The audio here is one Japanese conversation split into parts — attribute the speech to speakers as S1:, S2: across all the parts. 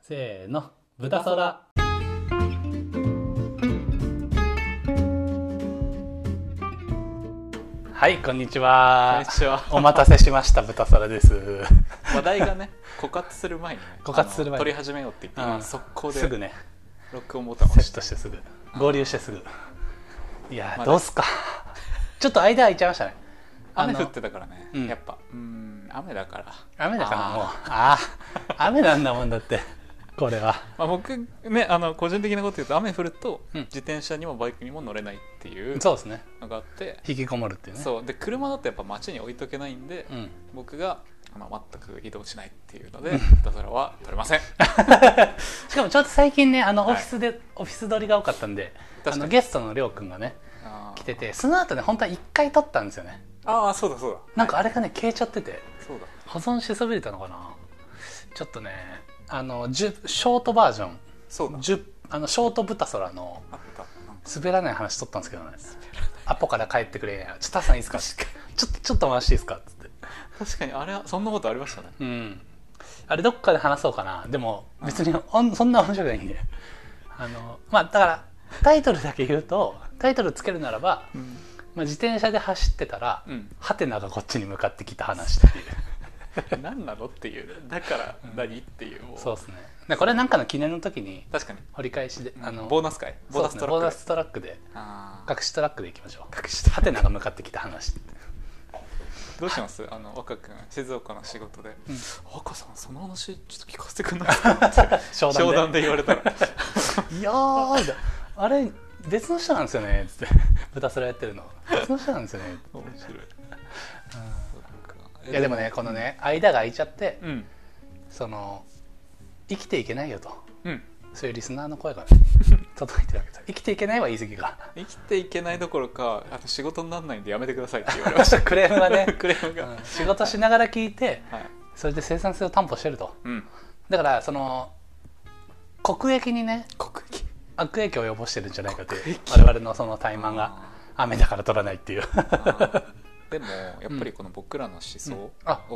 S1: せーの豚そらはいこんにち
S2: こん
S1: は
S2: にちは。
S1: お待たせしました豚そらです
S2: 話題がね、枯渇する前にね、
S1: 枯渇する前に
S2: あの取り始めようって言って、
S1: う
S2: 今
S1: ん
S2: 速攻
S1: すぐ
S2: で
S1: ね
S2: 録音ボタンを
S1: セ
S2: 押し
S1: ットしてすぐ合流してすぐいや
S2: まだ
S1: どうっすかちょっと間空いちゃいましたねあの
S2: 雨降ってたからね、
S1: うん
S2: やっぱ。うん、雨だから。
S1: 雨だからもう
S2: あ
S1: ああ雨なんだもんだってこれは
S2: まあ、僕ね、あの個人的なこと言うと、雨降ると、
S1: うん
S2: 自転車にもバイクにも乗れないっていう
S1: そうですね
S2: のがあって、
S1: 引きこもるっていうね
S2: そうで車だとやっぱ街に置いとけないんで、
S1: うん
S2: 僕があの全く移動しないっていうので、だからは取 れません。
S1: しかもちょっと最近ねあの
S2: はい
S1: オフィスで、オフィス撮りが多かったんで
S2: 確
S1: あ
S2: かに
S1: のゲストのりょうくんがね
S2: あー
S1: 来ててその後ね本当は1回撮ったんですよね
S2: あー、そうだそうだ。
S1: なんかあれがね消えちゃってて
S2: そうだ。
S1: 保存しそびれたのかなちょっとねあの10ショートバージョン
S2: そうだ。
S1: 10あのショート豚空の
S2: あった。なんか
S1: 滑らない話撮ったんですけどねアポから帰ってくれちょっとタさんいいですかちょっとちょっと回していいですかっつって
S2: 確かにあれは、そんなことありましたね。
S1: うんあれどっかで話そうかなでも別におんそんな面白くないんであのまあだからタイトルだけ言うとタイトルつけるならば、
S2: うん
S1: まあ、自転車で走ってたら、
S2: うん
S1: ハテナがこっちに向かってきた話っていう
S2: 何なのっていうだから何っていうもう
S1: そうですねでこれなんかの記念の時に
S2: 確かに
S1: 掘り返しであの
S2: ボーナス回ボーナス
S1: そうですね
S2: トラ
S1: ボーナ
S2: ック
S1: ストラックで
S2: あー
S1: 隠しトラックでいきましょう
S2: 隠し
S1: ハテナが向かってきた 話
S2: どうしますあの若君静岡の仕事で
S1: うん
S2: 「若さんその話ちょっと聞かせてくん ない?」って
S1: 商
S2: 冗談で言われ たら
S1: いやーあれ別の人なんですよねつって 豚そらやってるの別の人なんですよね
S2: 面白い
S1: いやでもねこのね間が空いちゃって
S2: うん
S1: その生きていけないよと
S2: うん
S1: そういうリスナーの 声がね届いてるわけです生きていけないは言い過ぎが
S2: 生きていけないどころかあと仕事にならないんでやめてくださいって言われまし
S1: ちょっとクレームがね
S2: た 、クレームが
S1: うん仕事しながら聞いて
S2: はい
S1: それで生産性を担保してると
S2: うん
S1: だからその国益にね
S2: 国益
S1: 悪影響を及ぼしてるんじゃないかという
S2: 国益
S1: 我々のその怠慢が雨だから取らないっていう
S2: あー でもやっぱりこの僕らの思想を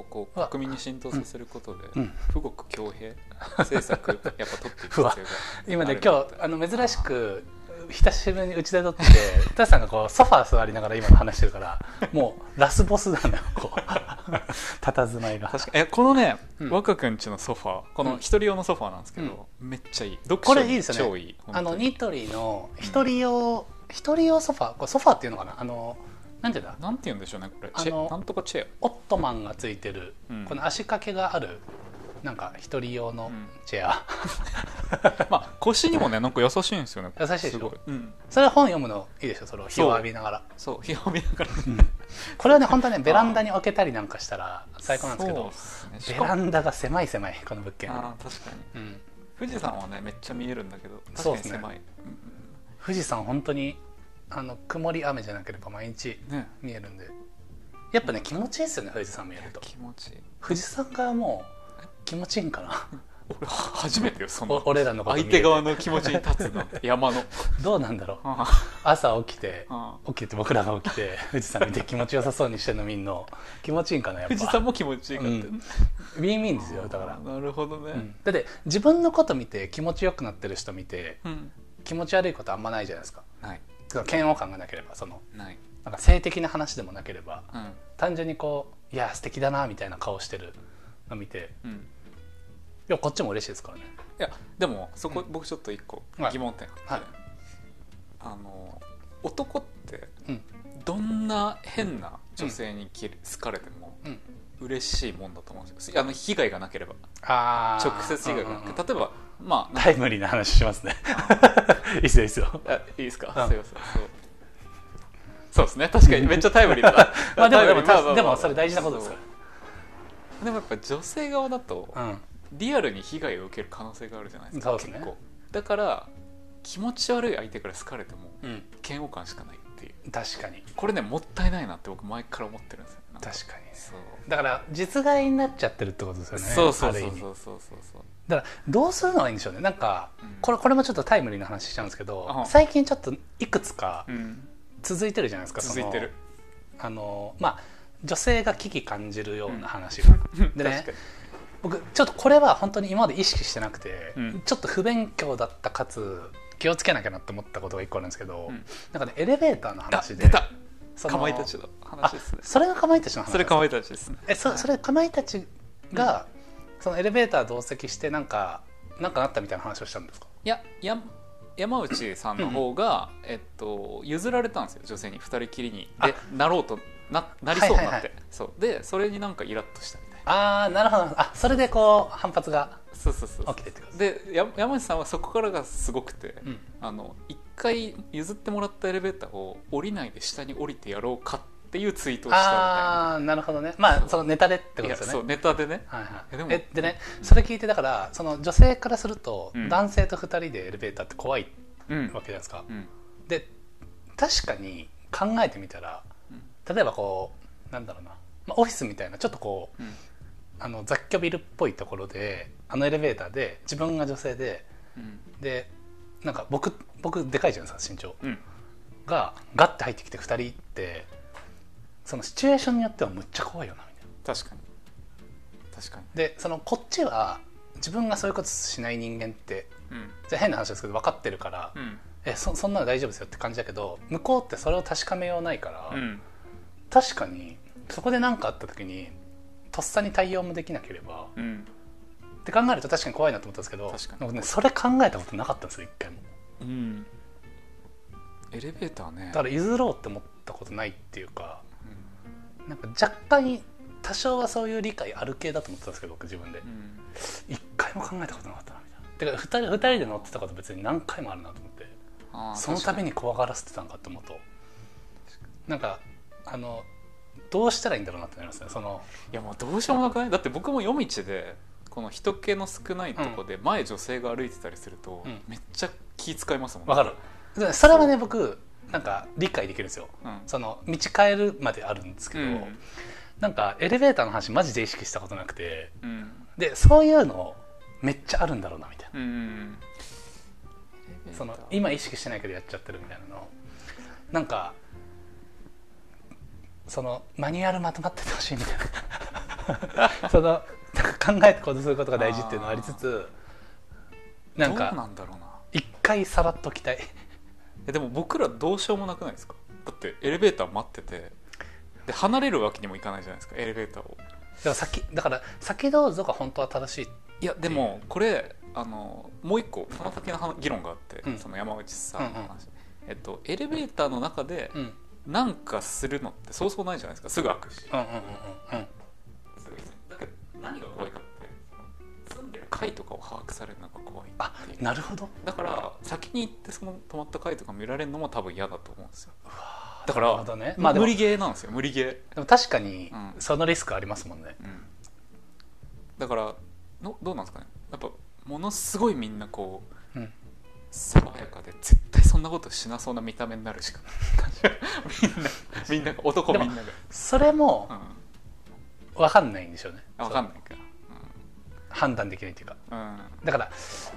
S2: こ
S1: うんあ
S2: う国民に浸透させることで
S1: うん
S2: 富国強兵 政策やっぱ取っていく必
S1: う
S2: 要
S1: わ今
S2: があ
S1: ね
S2: るな
S1: 今
S2: って
S1: 日あの珍しく久しぶりにうちで撮ってて タさんがこうソファー座りながら今の話してるからもうラスボスなんだよこ う佇まいが
S2: 確かにえこのね、
S1: うん
S2: 若くんちのソファー
S1: う
S2: こ
S1: ん
S2: の一人用のソファーなんですけど、めっちゃいい読
S1: こ
S2: 書
S1: れいい
S2: に
S1: ですよ
S2: 超いい
S1: ね
S2: 本当
S1: あの
S2: に
S1: ニトリの一人用一人用ソファーこれソファーっていうのかなあのなんていうんだ
S2: なんて言うんでしょうねこれ
S1: あの
S2: チェなんとかチェ
S1: オットマンがついてる、
S2: うん
S1: この足掛けがあるなんか一人用の
S2: うん
S1: チェア、
S2: アまあ腰にもねなんか優しいんですよね
S1: 優しいでしょ
S2: すごい、うん、
S1: それは本読むのいいでしょそれを日を浴びながら
S2: そう日を見ながら
S1: これはね本当はねベランダに置けたりなんかしたら最高なんですけど
S2: そうっすねし
S1: ベ
S2: かも
S1: ランダが狭い狭いこの物件、
S2: あー確かに
S1: うん、
S2: 富士山はねめっちゃ見えるんだけど確
S1: そう
S2: か
S1: っ
S2: に
S1: すね
S2: 狭い、
S1: 富士山本当にあの曇り雨じゃなければ毎日
S2: うんね
S1: 見えるんでやっぱね気持ちいいですよね富士山見えると
S2: 気持ちいい
S1: 富士山がもう気持ちいいんかな
S2: 俺初めてよそ
S1: お
S2: の
S1: 俺らのこと見
S2: 相
S1: えて
S2: 手側の気持ちに立つ の山の
S1: どうなんだろう
S2: あ
S1: 朝起きて
S2: あ
S1: 起きてって僕らが起きて富士山見て気持ちよさそうにしてるのみんな気持ちいいんかなやっぱ
S2: 富士山も気持ちいいかっ
S1: う
S2: て、
S1: んウィンウィンですよだから、
S2: なるほどね、
S1: うんだって自分のこと見て気持ちよくなってる人見て
S2: うん
S1: 気持ち悪いことあんまないじゃないですか
S2: ない
S1: その嫌悪感がなければその
S2: ない、
S1: なんか性的な話でもなければ
S2: うん
S1: 単純にこういや素敵だなみたいな顔してるの見て
S2: うん、い
S1: いやこっちも嬉しいですからね
S2: やでもそこ、
S1: う
S2: 僕ちょっと一個
S1: はい
S2: 疑問点あ
S1: は
S2: っ
S1: い
S2: て、あの男って
S1: うん
S2: どんな変な女性にき好かれても
S1: うん
S2: 嬉しいもんだと思うんですよあの被害がなければ
S1: あー
S2: 直接被害がな
S1: うんうんう
S2: く
S1: ん
S2: て例えばまあ
S1: タイムリーな話しますね いいっすよいいっすよ
S2: あいいですか、
S1: うん
S2: すいませんそうそうですね確かにめっちゃタイムリーだな
S1: まあでも
S2: タイ
S1: で
S2: ム
S1: も
S2: リーまあまあまあ
S1: でもそれ大事なことですか
S2: そうでもやっぱ女性側だと、
S1: らうん
S2: リアルに被害を受ける可能性があるじゃないですか
S1: そうですね
S2: 結構だから気持ち悪い相手から好かれても
S1: うん
S2: 嫌悪感しかないっていう
S1: 確かに
S2: これねもったいないなって僕前から思ってるんですよなんか
S1: 確かに
S2: そう
S1: だから実害になっちゃってるってことですよね
S2: そうそう
S1: ある
S2: そ
S1: 意
S2: う
S1: 味
S2: そうそうそうそう
S1: だからどうするのがいいんでしょうねなんか、
S2: うん
S1: これこれもちょっとタイムリーな話しちゃうんですけど、
S2: うん
S1: 最近ちょっといくつか
S2: うん
S1: 続いてるじゃないですか、
S2: 続いてる
S1: そのあのまあ女性が危機感じるような話が、でね
S2: 確
S1: 僕ちょっとこれは本当に今まで意識してなくて、
S2: うん
S1: ちょっと不勉強だったかつ気をつけなきゃなって思ったことが一個あるんですけど、
S2: うん
S1: なんかねエレベーターの
S2: あ
S1: 話で
S2: 出た
S1: その
S2: かまいたちの話
S1: あ
S2: ですね
S1: それがかまいたちの話
S2: それかまいたちですね
S1: えそそれかまいたちが、そのエレベーター同席してなんかなんかなったみたいな話をしたんですか
S2: いやや山内さんの方が、えっと、譲られたんですよ女性に二人きりに
S1: あ
S2: でなろうとななりそうになって、
S1: はいはいはい
S2: そうでそれになんかイラッとしたみたいな
S1: ああなるほどなるほどあそれでこう反発が
S2: そうそうそう
S1: 起きてってことです
S2: でや山内さんはそこからがすごくて、
S1: うん
S2: あの一回譲ってもらったエレベーターを降りないで下に降りてやろうかっていうツイートをしたみたいな
S1: ああーなるほどねまあそのネタでってこと
S2: い
S1: で
S2: や
S1: すよね
S2: そうネタでね
S1: はいはい
S2: えでも
S1: えでねそれ聞いてだからその女性からすると、
S2: うん
S1: 男性と2人でエレベーターって怖い
S2: うん
S1: わけじゃないですか、
S2: うん
S1: で確かに考えてみたら例えばこうなんだろうな、まあ、オフィスみたいなちょっとこう
S2: うん
S1: あの雑居ビルっぽいところであのエレベーターで自分が女性で
S2: うん
S1: でなんか僕僕でかいじゃないですか身長
S2: うん
S1: がガッて入ってきて2人ってそのシチュエーションによってはむっちゃ怖いよなみたいな。
S2: 確かに確かに
S1: でそのこっちは自分がそういうことしない人間って
S2: うん
S1: じゃあ変な話ですけど分かってるから、
S2: うん
S1: えそそんなの大丈夫ですよって感じだけど向こうってそれを確かめようないから、
S2: うん
S1: 確かにそこで何かあった時にとっさに対応もできなければ
S2: うん
S1: って考えると確かに怖いなと思ったんですけど
S2: 確かに
S1: 僕ね、それ考えたことなかったんですよ一回も
S2: うんエレベーターね
S1: だから譲ろうって思ったことないっていうかなんか若干多少はそういう理解ある系だと思ってたんですけど僕自分で
S2: うんうん
S1: 一回も考えたことなかったなみたいなてか二人二人で乗ってたこと別に何回もあるなと思って
S2: あー
S1: そのため
S2: 確
S1: に怖がらせてたんかって思うとなんかあのどうしたらいいんだろうなってなりますねその
S2: かにいやもうどうしようもなくないだって僕も夜道でこの人気の少ないとこで前女性が歩いてたりすると、
S1: うん
S2: めっちゃ気使いますもん
S1: わかるでそれはね僕なんか理解できるんですよ
S2: うん
S1: その道変えるまであるんですけど、
S2: うん
S1: なんかエレベーターの話マジで意識したことなくて
S2: うん
S1: でそういうのめっちゃあるんだろうなみたいな
S2: うんうん
S1: その今意識してないけどやっちゃってるみたいなのなんかそのマニュアルまとまっててほしいみたいな そのなんか考えて行動することが大事っていうのはありつつなん
S2: どうな
S1: か
S2: んだろうな
S1: 一回さらっときたい
S2: えでも僕らどうしようもなくないですかだってエレベーター待っててで離れるわけにもいかないじゃないですかエレベーターを
S1: でも先だから先どうぞが本当は正しい
S2: いやでもこれあのもう一個その先の話議論があって、
S1: うん
S2: その山内さん
S1: うん
S2: の話、
S1: うん
S2: えっと、エレベーターの中で
S1: うんうん
S2: なんかするのってそうそうないじゃないですかすぐ開くし
S1: うんうんうんうん
S2: だけど何が怖いかってその住んでる階とかを把握されるのが怖い
S1: あ
S2: っていう
S1: なるほど
S2: だから先に行ってその止まった回とか見られるのも多分嫌だと思うんですよだか
S1: なるほ
S2: ら、
S1: どねま
S2: ま
S1: あ
S2: あ、
S1: でも
S2: 無理ゲーなんですよ無理ゲー、
S1: でも確かに
S2: うん
S1: そのリスクありますもんね
S2: うん、だからのどうなんですかねやっぱものすごいみんなこう
S1: うん
S2: 爽やかで絶対そんなことしなそうな見た目になるしかみんなみんなが男みんなが、
S1: それも
S2: うん、
S1: 分かんないんでしょうね
S2: あわかんないか
S1: 判断できないっていうか
S2: うん、うん
S1: だから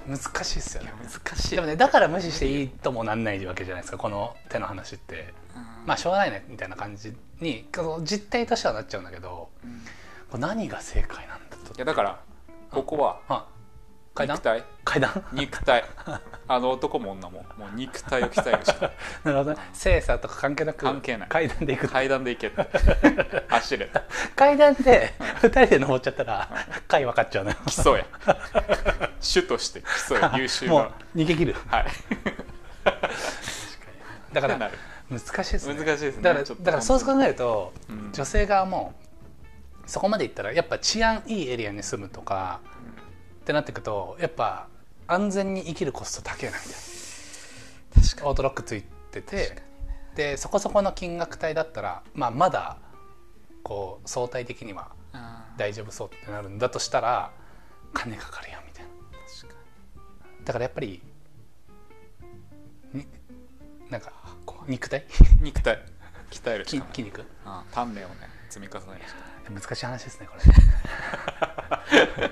S1: 難しいですよ
S2: い
S1: ね
S2: や難しい、
S1: でもねだから無視していいともなんないわけじゃないですかこの手の話って
S2: うん
S1: まあしょうがないねみたいな感じにこの実態としてはなっちゃうんだけど
S2: うんい
S1: これ何が正解なんだと
S2: やだからここは
S1: あ階
S2: 肉
S1: 段
S2: 体
S1: 階段
S2: 肉体あの男も女ももう肉体を鍛えるしか ない
S1: なるほどね精査とか関係なく
S2: 関係ない
S1: 階段で行く
S2: 階段で行けって 走れ
S1: 階段で2人で登っちゃったら 階分かっちゃうのよ
S2: 基礎や主として基礎や 優秀な
S1: もう逃げ切る
S2: はい
S1: だか
S2: な
S1: ら
S2: る
S1: 難しいですね
S2: 難しいですね
S1: だから
S2: ちょっと
S1: だからそう考えると、
S2: うん
S1: 女性側もそこまでいったらやっぱ治安いいエリアに住むとか、ってなってくとやっぱ安全に生きるコスト高いなみたいな確かオートロックついてて、でそこそこの金額帯だったら、まあ、まだこう相対的には
S2: うん
S1: 大丈夫そうってなるんだとしたら金かかるやんみたいな
S2: 確か
S1: だからやっぱりになんか肉体
S2: に肉体鍛えるし
S1: 筋
S2: かない
S1: 筋肉
S2: ああ鍛錬をね積み重ねるしかない
S1: 難しい話ですねこれ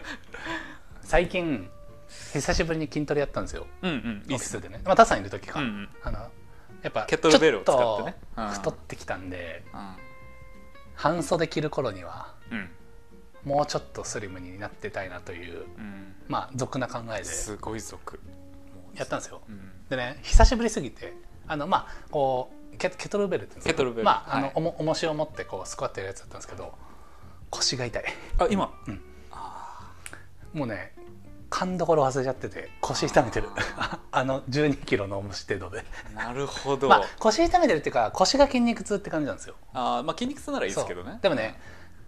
S1: 最近久しぶりに筋トレやったんですよ
S2: うんうん
S1: オフィ
S2: っす
S1: スでねまあタさんいる時か、
S2: うんうん
S1: あのやっぱ
S2: ケトルベルを使って
S1: ちょ
S2: ね
S1: っと
S2: うん
S1: 太ってきたんで、
S2: うん
S1: 半袖着る頃には
S2: うん
S1: もうちょっとスリムになってたいなという
S2: うん
S1: まあ俗な考えです
S2: ごい俗
S1: やったんですよ
S2: うん
S1: でね久しぶりすぎてあのまあこうケケトルベルって言うんですか
S2: ケトルベル
S1: まああの、
S2: はい
S1: おも重しを持ってこうスクワットやるやつだったんですけど腰が痛い
S2: あ今
S1: もうね勘どころ忘れちゃってて腰痛めてる あの1 2キロの重し程度で、
S2: なるほど、
S1: ま
S2: あ
S1: あ、腰痛めてるっていうか腰が筋肉痛って感じなんですよ
S2: あーまあ筋肉痛ならいいですけど
S1: そ
S2: ね
S1: うでもね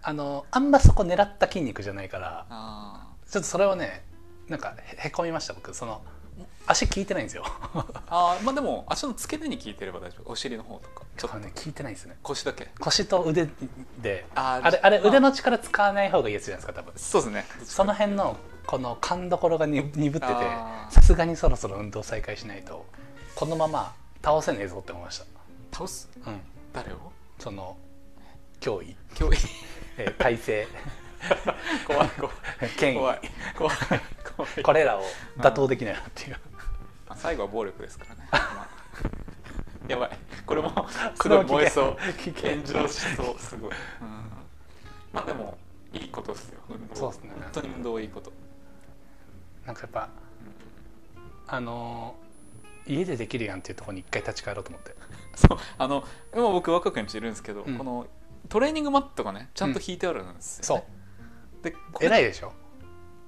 S1: あのあんまそこ狙った筋肉じゃないから
S2: あ
S1: ちょっとそれをねなんかへへこみました僕その足効いてないん ですよ
S2: ーあーまあでも足の付け根に効いてれば大丈夫お尻の方とかちょ
S1: だか
S2: っと
S1: らね効いてないんですね
S2: 腰だけ
S1: 腰と腕で
S2: あー
S1: あれあれ
S2: まあ
S1: 腕の力使わない方がいいやつじゃないですか多分
S2: そうですね
S1: その辺のこの勘どころがに鈍ってて
S2: あー
S1: さすがにそろそろ運動再開しないとこのまま倒せねえぞって思いまし
S2: 倒す
S1: たうん
S2: 誰を
S1: その脅威、
S2: 今日
S1: えー体制
S2: 怖い怖い
S1: 権威
S2: 怖い怖い怖い
S1: これらを打倒できないなっていう
S2: まあ最後は暴力ですか らね、まあやばいこれもす
S1: それ
S2: ご
S1: も
S2: い燃えそう
S1: 危険
S2: 炎上しそうすごい、うん、まあでもいいことですよ運動
S1: そうっすね
S2: 本当に運動はいいこと
S1: なんかやっぱあのー家でできるやんっていうところに一回立ち返ろうと思って
S2: そうあの今僕若くんちいるんですけど、
S1: うん
S2: このトレーニングマットがねちゃんと引いてあるんですよ、
S1: そ
S2: ね
S1: う
S2: でこれ
S1: 偉いでしょ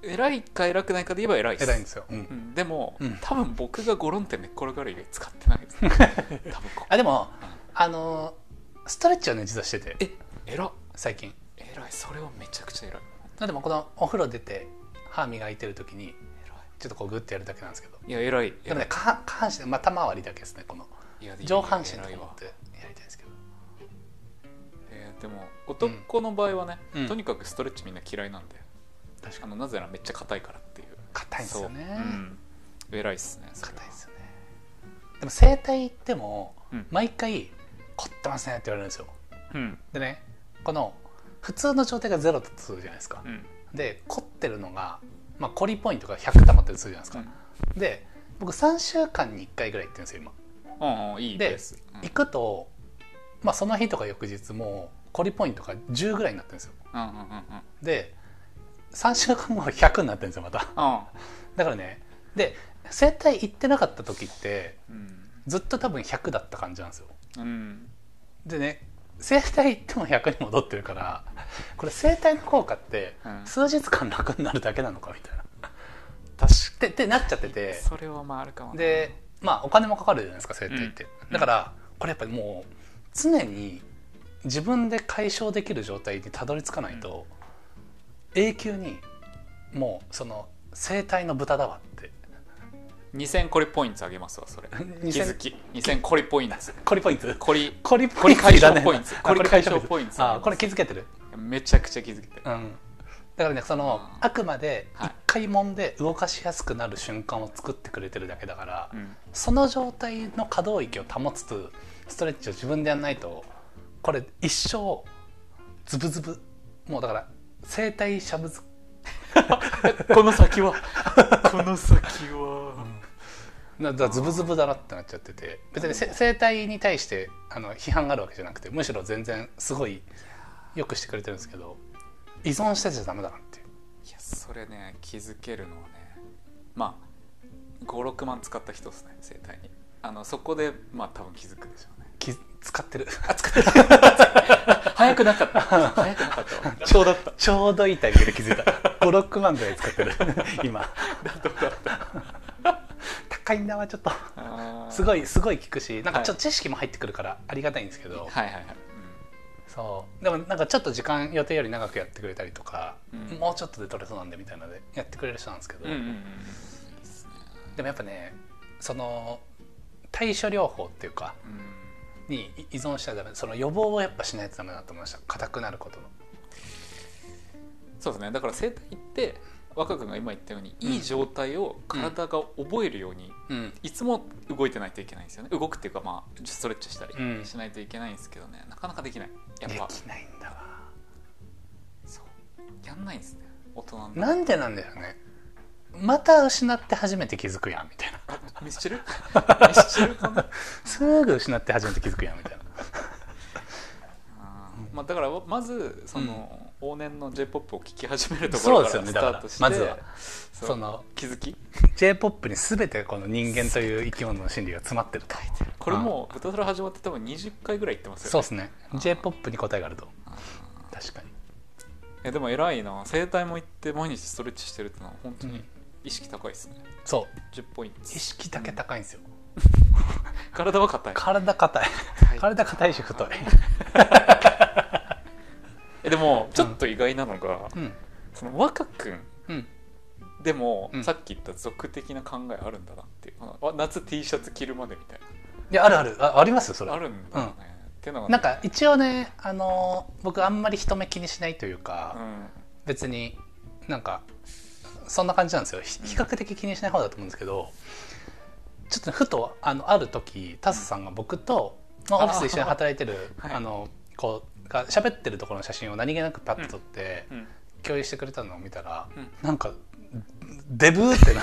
S2: 偉いか偉くないかで言えば偉いです
S1: 偉いんですよ、うん
S2: うんでも、
S1: うん
S2: 多分僕がゴロンって寝っ転がる以外使ってない です、ね、多分こ
S1: あでもあのーストレッチをね実はしてて
S2: え偉っ
S1: 最近
S2: 偉いそれはめちゃくちゃ偉い
S1: でもこのお風呂出て歯磨いてる時に
S2: 偉い
S1: ちょっとこうグッてやるだけなんですけど
S2: いや偉い
S1: でもね下半下半身まあ、頭周りだけですねこの
S2: いや
S1: 上半身の
S2: 偉い
S1: 方持
S2: わ
S1: ってやりたいですけど
S2: えーでも男の場合はね、
S1: うん
S2: とにかくストレッチみんな嫌いなんで、
S1: 確
S2: あのなぜならめっちゃ硬いからっていう
S1: 硬いんですよね
S2: そううん偉いっすねそれは
S1: 硬いですよねでも整体行っても
S2: うん
S1: 毎回「凝ってますね」って言われるんですよ
S2: うん
S1: でねこの普通の状態がゼロだとするじゃないですか
S2: うんうん
S1: で凝ってるのが、まあ、凝りポイントが100溜まってるとするじゃないですかで僕3週間に1回ぐらい行ってるんですよ今
S2: うんうんいい
S1: で
S2: です、うん
S1: 行くと、まあ、その日とか翌日もう凝りポイントが10ぐらいになってるんですよ
S2: うんうんうんうん
S1: で3週間後は100になってるんですよまた
S2: あ
S1: だからねで整体行ってなかった時って
S2: うん
S1: ずっと多分100だった感じなんですよ
S2: うん
S1: でね整体行っても100に戻ってるからこれ整体の効果って
S2: うん
S1: 数日間楽になるだけなのかみたいな
S2: 確
S1: ってってなっちゃってて
S2: それはまああるかもな
S1: でまあお金もかかるじゃないですか整体って、
S2: うん
S1: だからこれやっぱりもう常に自分で解消できる状態にたどり着かないと、永久にもうその整体の豚だわって
S2: 2000コリポイントあげます わそれ
S1: 2000
S2: 気づき2000コリ ポイント
S1: コリポイント
S2: コリ
S1: コリ
S2: これ解消
S1: いらない
S2: ポイント
S1: あこれ解消
S2: これ解消ポイント
S1: あこれ気づけてる
S2: めちゃくちゃ気づけてる
S1: うんだからねその
S2: あー
S1: あくまで
S2: はい
S1: 一回揉んで動かしやすくなる瞬間を作ってくれてるだけだから、
S2: うん
S1: その状態の可動域を保つつストレッチを自分でやんないとこれ一生ズブズブもうだから整体しゃぶず
S2: この先 はこの先は
S1: なだからズブズブだなってなっちゃってて別にせ整体に対してあの批判があるわけじゃなくてむしろ全然すごいよくしてくれてるんですけど依存してちゃダメだなっていう
S2: いやそれね気づけるのはねまあ56万使った人ですね生体にあのそこでまあ多分気づくでしょうね
S1: き使って る
S2: 早くなかった早くなかったわちょうだった
S1: ちょうどいいタイミングで気づいた56万ぐらい使ってる 今 高いんだわちょっと
S2: あー
S1: すごいすごい聞くしなんかちょっと知識も入ってくるからありがたいんですけど、
S2: はいはいはい、
S1: そうでもなんかちょっと時間予定より長くやってくれたりとか、
S2: うん
S1: もうちょっとで取れそうなんでみたいなのでやってくれる人なんですけど、
S2: うん、うんうんうんいいっすね
S1: でもやっぱねその対処療法っていうか
S2: うん
S1: に依存したらダメその予防をやっぱしないとダメだと思いました硬くなることの
S2: そうですねだから生体って若君が今言ったようにいい状態を体が覚えるように、
S1: うん
S2: いつも動いてないといけないんですよね動くっていうかまあストレッチしたり
S1: うん
S2: しないといけないんですけどね、なかなかできないや
S1: で
S2: っ
S1: き
S2: ぱ
S1: ないんだわ
S2: そうやんないんですね大人の
S1: なんでなんだよねまた失って初めて気づくやんみ たいな
S2: ミスチルミスチルかな
S1: すぐ失って初めて気づくやんみたいな
S2: まあだからまずその、往年の j p o p を聴き始めるところか
S1: そうですよ
S2: らス
S1: ねだ
S2: タ
S1: から
S2: ートして
S1: まずは
S2: そう
S1: その
S2: 気づき
S1: j p o p に全てこの人間という生き物の心理が詰まってると
S2: これもう「ウタトラ」始まって多分20回ぐらい行ってます
S1: そう
S2: よ
S1: で
S2: ね
S1: すね j p o p に答えがあると確かに
S2: えでも偉いな整体も行って毎日ストレッチしてるってのは本当
S1: う
S2: に
S1: ん
S2: 意識高いですね、
S1: そう
S2: 10ポイント
S1: 意識だけ高いんですよ
S2: 体は硬い
S1: 体硬い
S2: 硬い
S1: 体硬いし太い
S2: えでもちょっと意外なのが、
S1: うん
S2: その若君
S1: うん
S2: でも、
S1: うん
S2: さっき言った俗的な考えあるんだなっていうあ夏 T シャツ着るまでみたい
S1: いやあるあるあありますよそれ
S2: なあるんだね、ってのが
S1: なんか一応ねあのー僕あんまり人目気にしないというか、
S2: うん
S1: 別になんかそんな感じなんですよひ
S2: うん
S1: 比較的気にしない方だと思うんですけど、ちょっとふとあのある時タスさんが僕と、まあ、オフィス一緒に働いてるあ、
S2: はい
S1: の子が喋ってるところの写真を何気なくパッと撮って、
S2: うん
S1: 共有してくれたのを見たら、
S2: うん
S1: なんかデブーってな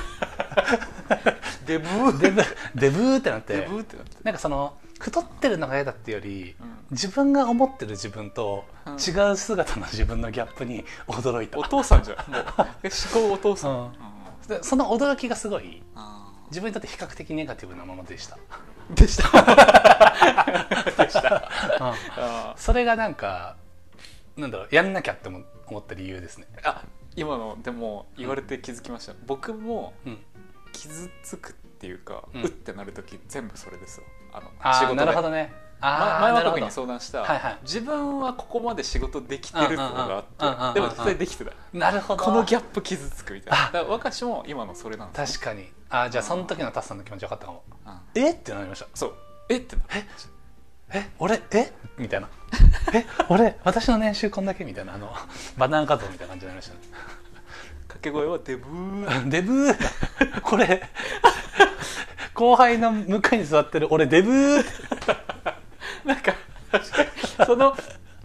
S2: デブー
S1: デブデブーってなって
S2: デブーってなって
S1: なんかその太ってるのが嫌だっていうより
S2: うん
S1: 自分が思ってる自分と
S2: うん
S1: 違う姿の自分のギャップに驚いた、
S2: お父さんじゃんもうえ思考お父さん、
S1: うん
S2: うん
S1: でその驚きがすごい
S2: あー
S1: 自分にとって比較的ネガティブなも のでした、
S2: でしたでした
S1: うん
S2: あー
S1: それがなんかなんだろうやんなきゃって思思った理由ですね
S2: あ今のでも言われて気づきました、僕も
S1: うん
S2: 傷つくっていうか、
S1: う
S2: うんってなる時全部それですよあの仕
S1: あ
S2: 事
S1: あ
S2: で
S1: なるほどねあ
S2: ま
S1: ーな
S2: 前は
S1: る
S2: 特
S1: ほど
S2: に相談した、
S1: はいはい
S2: 自分はここまで仕事できてるっていうのが
S1: うんうんうんうんうんうんう
S2: あ
S1: ん
S2: ってでも実際できてない
S1: なるほど
S2: このギャップ傷つくみたいな
S1: あ
S2: だから若しも今のそれなんです
S1: 確かにあーじゃあその時のタスさんの気持ち分かったかも
S2: うん
S1: えってなりました
S2: そうえってなる
S1: え俺えみたいなえ俺私の年収こんだけみたいなあの バナナ画像みたいな感じになりましたね
S2: 掛け声はデブー
S1: あ デブーこれ 後輩の向かいに座ってる俺デブー
S2: なんかその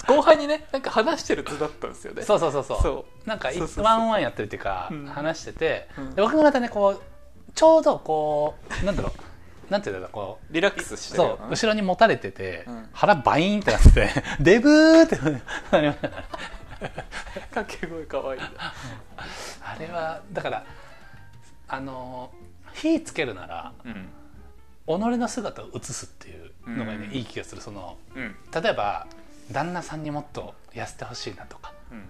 S2: 後輩にねなんか話してる図だったんですよね
S1: そうそうそうそう
S2: そ
S1: なんかい
S2: そうそうそう
S1: ワンオンワンやってるっていうか、
S2: うん
S1: 話してて、
S2: うん
S1: で僕がまたねこうちょうどこうなんだろうなんていうんだろうこう
S2: リラックスしてる
S1: そ
S2: よ
S1: う
S2: な
S1: 後ろに持たれてて、
S2: うん
S1: 腹バイーンってなって て「デブー!」って なりましたね
S2: 掛け声かわいいな
S1: あれはだからあの火つけるなら
S2: うん
S1: 己の姿を映すっていうのがね、
S2: うん
S1: いい気がするその
S2: うん
S1: 例えば旦那さんにもっと痩せてほしいなとか
S2: うん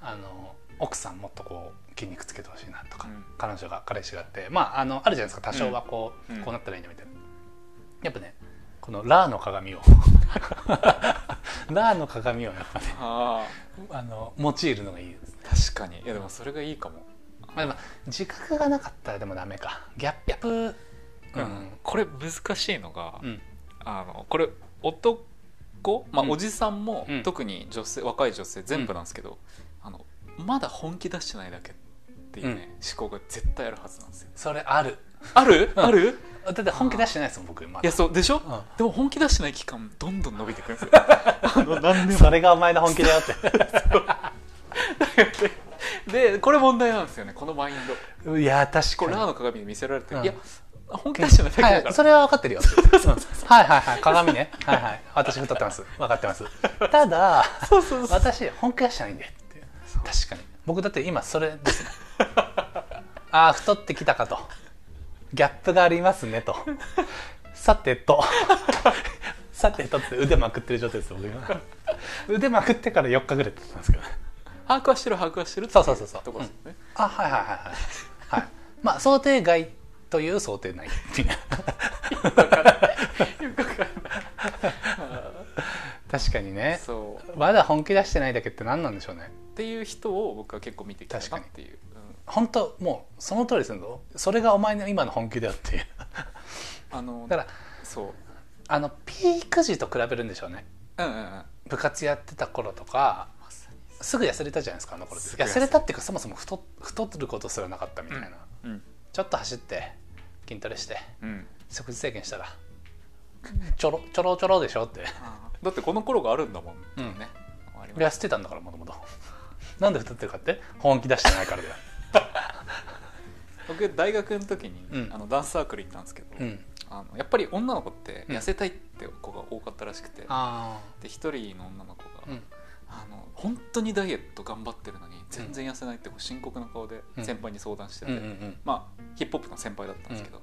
S1: あの奥さんもっとこう筋肉つけてほしいなとか、
S2: うん
S1: 彼女が彼氏があってまああのあるじゃないですか多少はこう、
S2: うん
S1: こうなったらいいなみたいなやっぱねこのラーの鏡をラーの鏡をやっぱね
S2: あ
S1: あの用いるのがいいですね、
S2: ー確かにいやでもそれがいいかも
S1: まあ、でも自覚がなかったらでもダメかギャップう
S2: うん
S1: ん、
S2: これ難しいのが
S1: うん
S2: あのこれ男、まあ
S1: うん
S2: おじさんも、
S1: うん
S2: 特に女性若い女性全部なんですけど、あのまだ本気出してないだけっていうね、思考が絶対あるはずなんですよ
S1: それある
S2: ある
S1: うん
S2: ある
S1: だって本気出してないですもん僕ま
S2: いやそうでしょ、
S1: だ、
S2: でも本気出してない期間どんどん伸びてくるんですよ
S1: うん、それがお前の本気だよって
S2: でこれ問題なんですよねこのマイン ド
S1: いや確
S2: こ
S1: か
S2: れ
S1: に
S2: ラーの鏡で見せられて、
S1: うん
S2: いや本気出してないだけだ
S1: は
S2: か
S1: い、
S2: ら、
S1: それは分かってるよはいはいはい鏡ねはいはい私太ってます分かってます ただ
S2: そうそうそう
S1: 私本気出してないんでって確かに僕だって今それですね ああ太ってきたかとギャップがありますねとさてと さてとって腕まくってる状態です僕今腕まくってから4日ぐらい経ってたんですけど
S2: 把握はしてる把握はしてるってい
S1: そうそうそうそう
S2: ところですよね、
S1: あはいはいはいはいはいまあ想定外という想定内っていう
S2: よくわかんない
S1: 確かにね
S2: そう
S1: まだ本気出してないだけって何なんでしょうね
S2: っていう人を僕は結構見てきたなっていう、
S1: 本当もうその通りでするぞそれがお前の今の本気だよっていう
S2: うんあの
S1: だから
S2: そう
S1: あのピーク時と比べるんでしょうね
S2: うんうんうんま
S1: 部活やってた頃とか
S2: さに
S1: すぐ痩せれたじゃないですかあの頃って
S2: すぐ痩
S1: 痩
S2: せ
S1: せれたっていうかそもそも太っ太ってることすらなかったみたいな、
S2: うん
S1: ちょっと走って筋トレして
S2: うん
S1: 食事制限したらちょろちょろちょろでしょって
S2: だってこの頃があるんだもんっていうね、あります
S1: 痩せてたんだからもともとなんで太ってるかって本気出してないからだよ、
S2: 僕大学の時に、
S1: うん
S2: あのダンスサークル行ったんですけど、
S1: うん、
S2: あのやっぱり女の子って
S1: うん
S2: 痩せたいって子が多かったらしくて、
S1: あ
S2: で一人の女の子が、
S1: あうん
S2: ああの本当にダイエット頑張ってるのに全然痩せないってこう深刻な顔で
S1: うん
S2: 先輩に相談して
S1: う
S2: て、
S1: んうん
S2: まあヒップホップの先輩だったんですけど、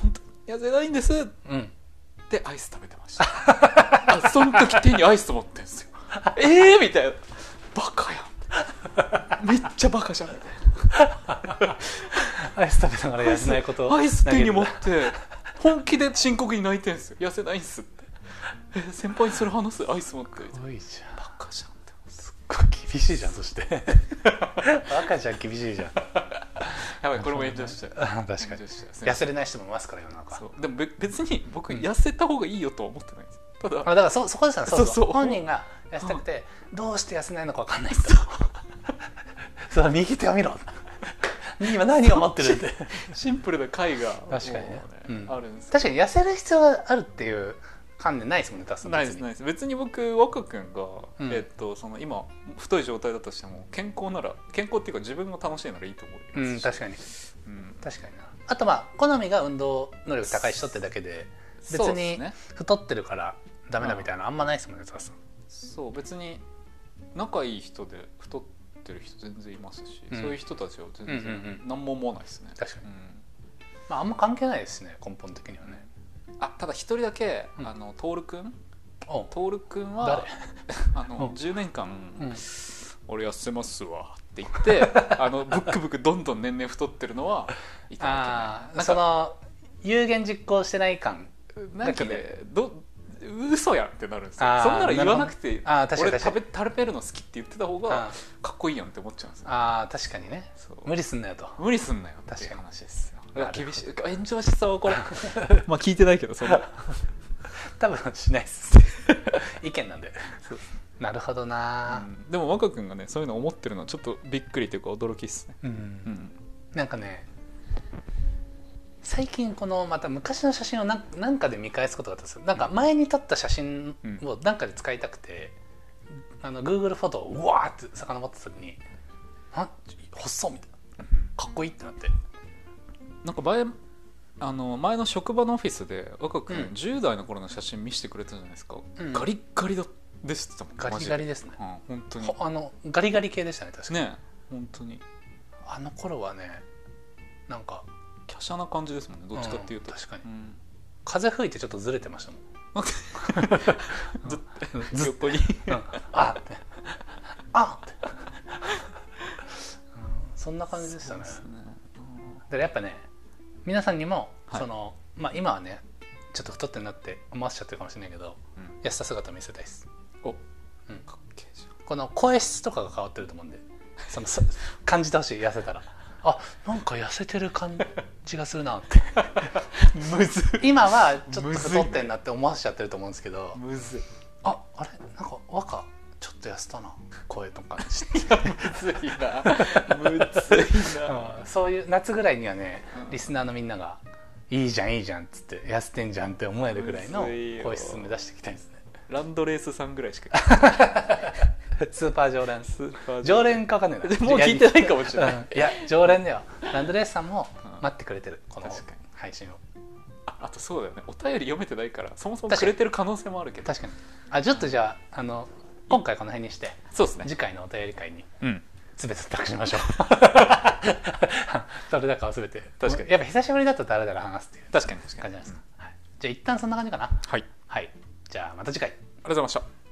S2: 本当に痩せないんですっ
S1: うんうん
S2: てアイス食べてました あその時手にアイス持ってんですよえーみたいなバカやんめっちゃバカじゃんみたいな
S1: アイス食べながら 痩せないこと
S2: アイス手に持っ
S1: も
S2: て本気で深刻に泣いてんすよ痩せないん すってえー先輩にそれ話すアイス持ってみたいな
S1: すごいじゃん
S2: バカじゃんって
S1: すっごい厳しいじゃんそして赤ちゃん厳しいじゃん
S2: やばいこれも炎上しちゃう
S1: あ確かに
S2: 炎上しちゃうすいません
S1: 痩せれない人もいますから世の中
S2: そうでもべ別に僕
S1: うん
S2: 痩せた方がいいよとは思ってないんですよただ、
S1: あだからそそこですよねそうそう
S2: そうそう
S1: 本人が痩せたくて、どうして痩せないのか分かんないとそう右手を見ろ今何を持ってるって
S2: シンプルな回が確
S1: かにねうん
S2: あるんですよ
S1: 確かに痩せる必要があるっていう観念ないですもんね多数
S2: ないですないです別に僕若君が、
S1: うん
S2: えっと、その今太い状態だとしても健康なら健康っていうか自分が楽しいならいいと思
S1: う
S2: い
S1: ん
S2: ます
S1: 確かに
S2: に、うん
S1: 確かになあとまあ好みが運動能力高い人ってだけで別
S2: そうで
S1: に
S2: すね
S1: 太ってるからダメだみたいなあんまないですもんね多数
S2: そう別に仲いい人で太ってる人全然いますし、
S1: うん
S2: そういう人たちは全
S1: うんうん
S2: 然
S1: う
S2: 何も思わないですね、
S1: 確かに
S2: うん
S1: まああんま関係ないですね根本的にはね
S2: あただ一人だけ、
S1: うん
S2: あの徹君
S1: おう
S2: 徹君
S1: 誰
S2: は あの
S1: うん
S2: 10年間、
S1: うん
S2: 俺痩せますわって言って あのブックブックどんどん年々太ってるのはいただ
S1: あ
S2: け
S1: あ
S2: ない
S1: その有言実行してない感
S2: なん
S1: だ
S2: か
S1: け
S2: ねど嘘やんってなるんですよ
S1: あー
S2: そんなら言わなくて
S1: なるほどあー確かに
S2: 俺
S1: 確
S2: 食
S1: か
S2: べ食べるの好きって言ってた方
S1: あ
S2: がかっこいいやんって思っちゃうんですよ
S1: あー確かにね
S2: そう
S1: 無理すんなよと
S2: 無理すんなよって
S1: 確
S2: い
S1: か
S2: う
S1: に
S2: 話ですようわ
S1: なるほど
S2: 厳しい炎上しそうこれ まあ聞いてないけどそんな
S1: 多分しないっ す意見なんでなるほどな
S2: うんでも若君がねそういうの思ってるのはちょっとびっくりというか驚きっすね
S1: うん、
S2: うん
S1: なんかね最近このまた昔の写真をなんなんかで見返すことがあったんですよなんか前に撮った写真をなんかで使いたくて、あの Google フォトをうわーって遡った時に「あ細っ」みたいなかっこいいってなって
S2: なんか前あの前の職場のオフィスで若君、
S1: うん
S2: 10代の頃の写真見せてくれたじゃないですか、
S1: うん
S2: ガリッガリだですって言ってた
S1: ガ
S2: もん
S1: リガリ
S2: マジで
S1: ですね
S2: うん本当に
S1: ほあのガリガリ系でしたね確かに、
S2: ね本当に
S1: あの頃はねなんか
S2: 華奢な感じですもんねどっちかっていうと、
S1: ん確かに
S2: うん
S1: 風吹いてちょっとずれてましたもん
S2: ずっ
S1: ずっ
S2: と横に
S1: うんあってあって、うん、そんな感じでしたね
S2: そうですねうん
S1: だからやっぱね皆さんにも、
S2: はい
S1: そのまあ今はねちょっと太ってんなって思わせちゃってるかもしれないけど
S2: うん
S1: 痩せた姿見せたいです
S2: お
S1: うん
S2: かっけえじゃん
S1: この声質とかが変わってると思うんでそのそ感じてほしい痩せたらあなんか痩せてる感じがするなって
S2: むず
S1: 今はちょっと
S2: むずい
S1: 太ってんなって思わせちゃってると思うんですけど
S2: むずい
S1: ああれなんか若ちょっと痩せたな声とかにして
S2: むずいなむずいな
S1: うんそういう夏ぐらいにはね
S2: うん
S1: リスナーのみんなが「いいじゃんいいじゃん」っつって「痩せてんじゃん」って思えるぐらいの
S2: むずいよ
S1: 声質目指していきたいですね
S2: ランドレースさんぐらいしか
S1: スーパー常連
S2: スーパー
S1: 常連かわかんねえな
S2: もう聞いてないかもしれ
S1: う
S2: ない
S1: んいや常連だよランドレースさんも
S2: うん
S1: 待ってくれてるこの
S2: 確かに
S1: 配信を
S2: ああとそうだよねお便り読めてないからそもそもくれてる可能性もあるけど
S1: 確かにあちょっとじゃああの今回この辺にして
S2: そうですね
S1: 次回のお便り会に
S2: うん
S1: 全て託しましょう どれだかは全て
S2: 確かに
S1: やっぱ久しぶりだと誰々話すっていう
S2: 確かに確か
S1: 感じ
S2: に
S1: じゃないですか、はい、じゃあ一旦そんな感じかな
S2: はいあり
S1: はい。じゃあまた次回。
S2: がとうございました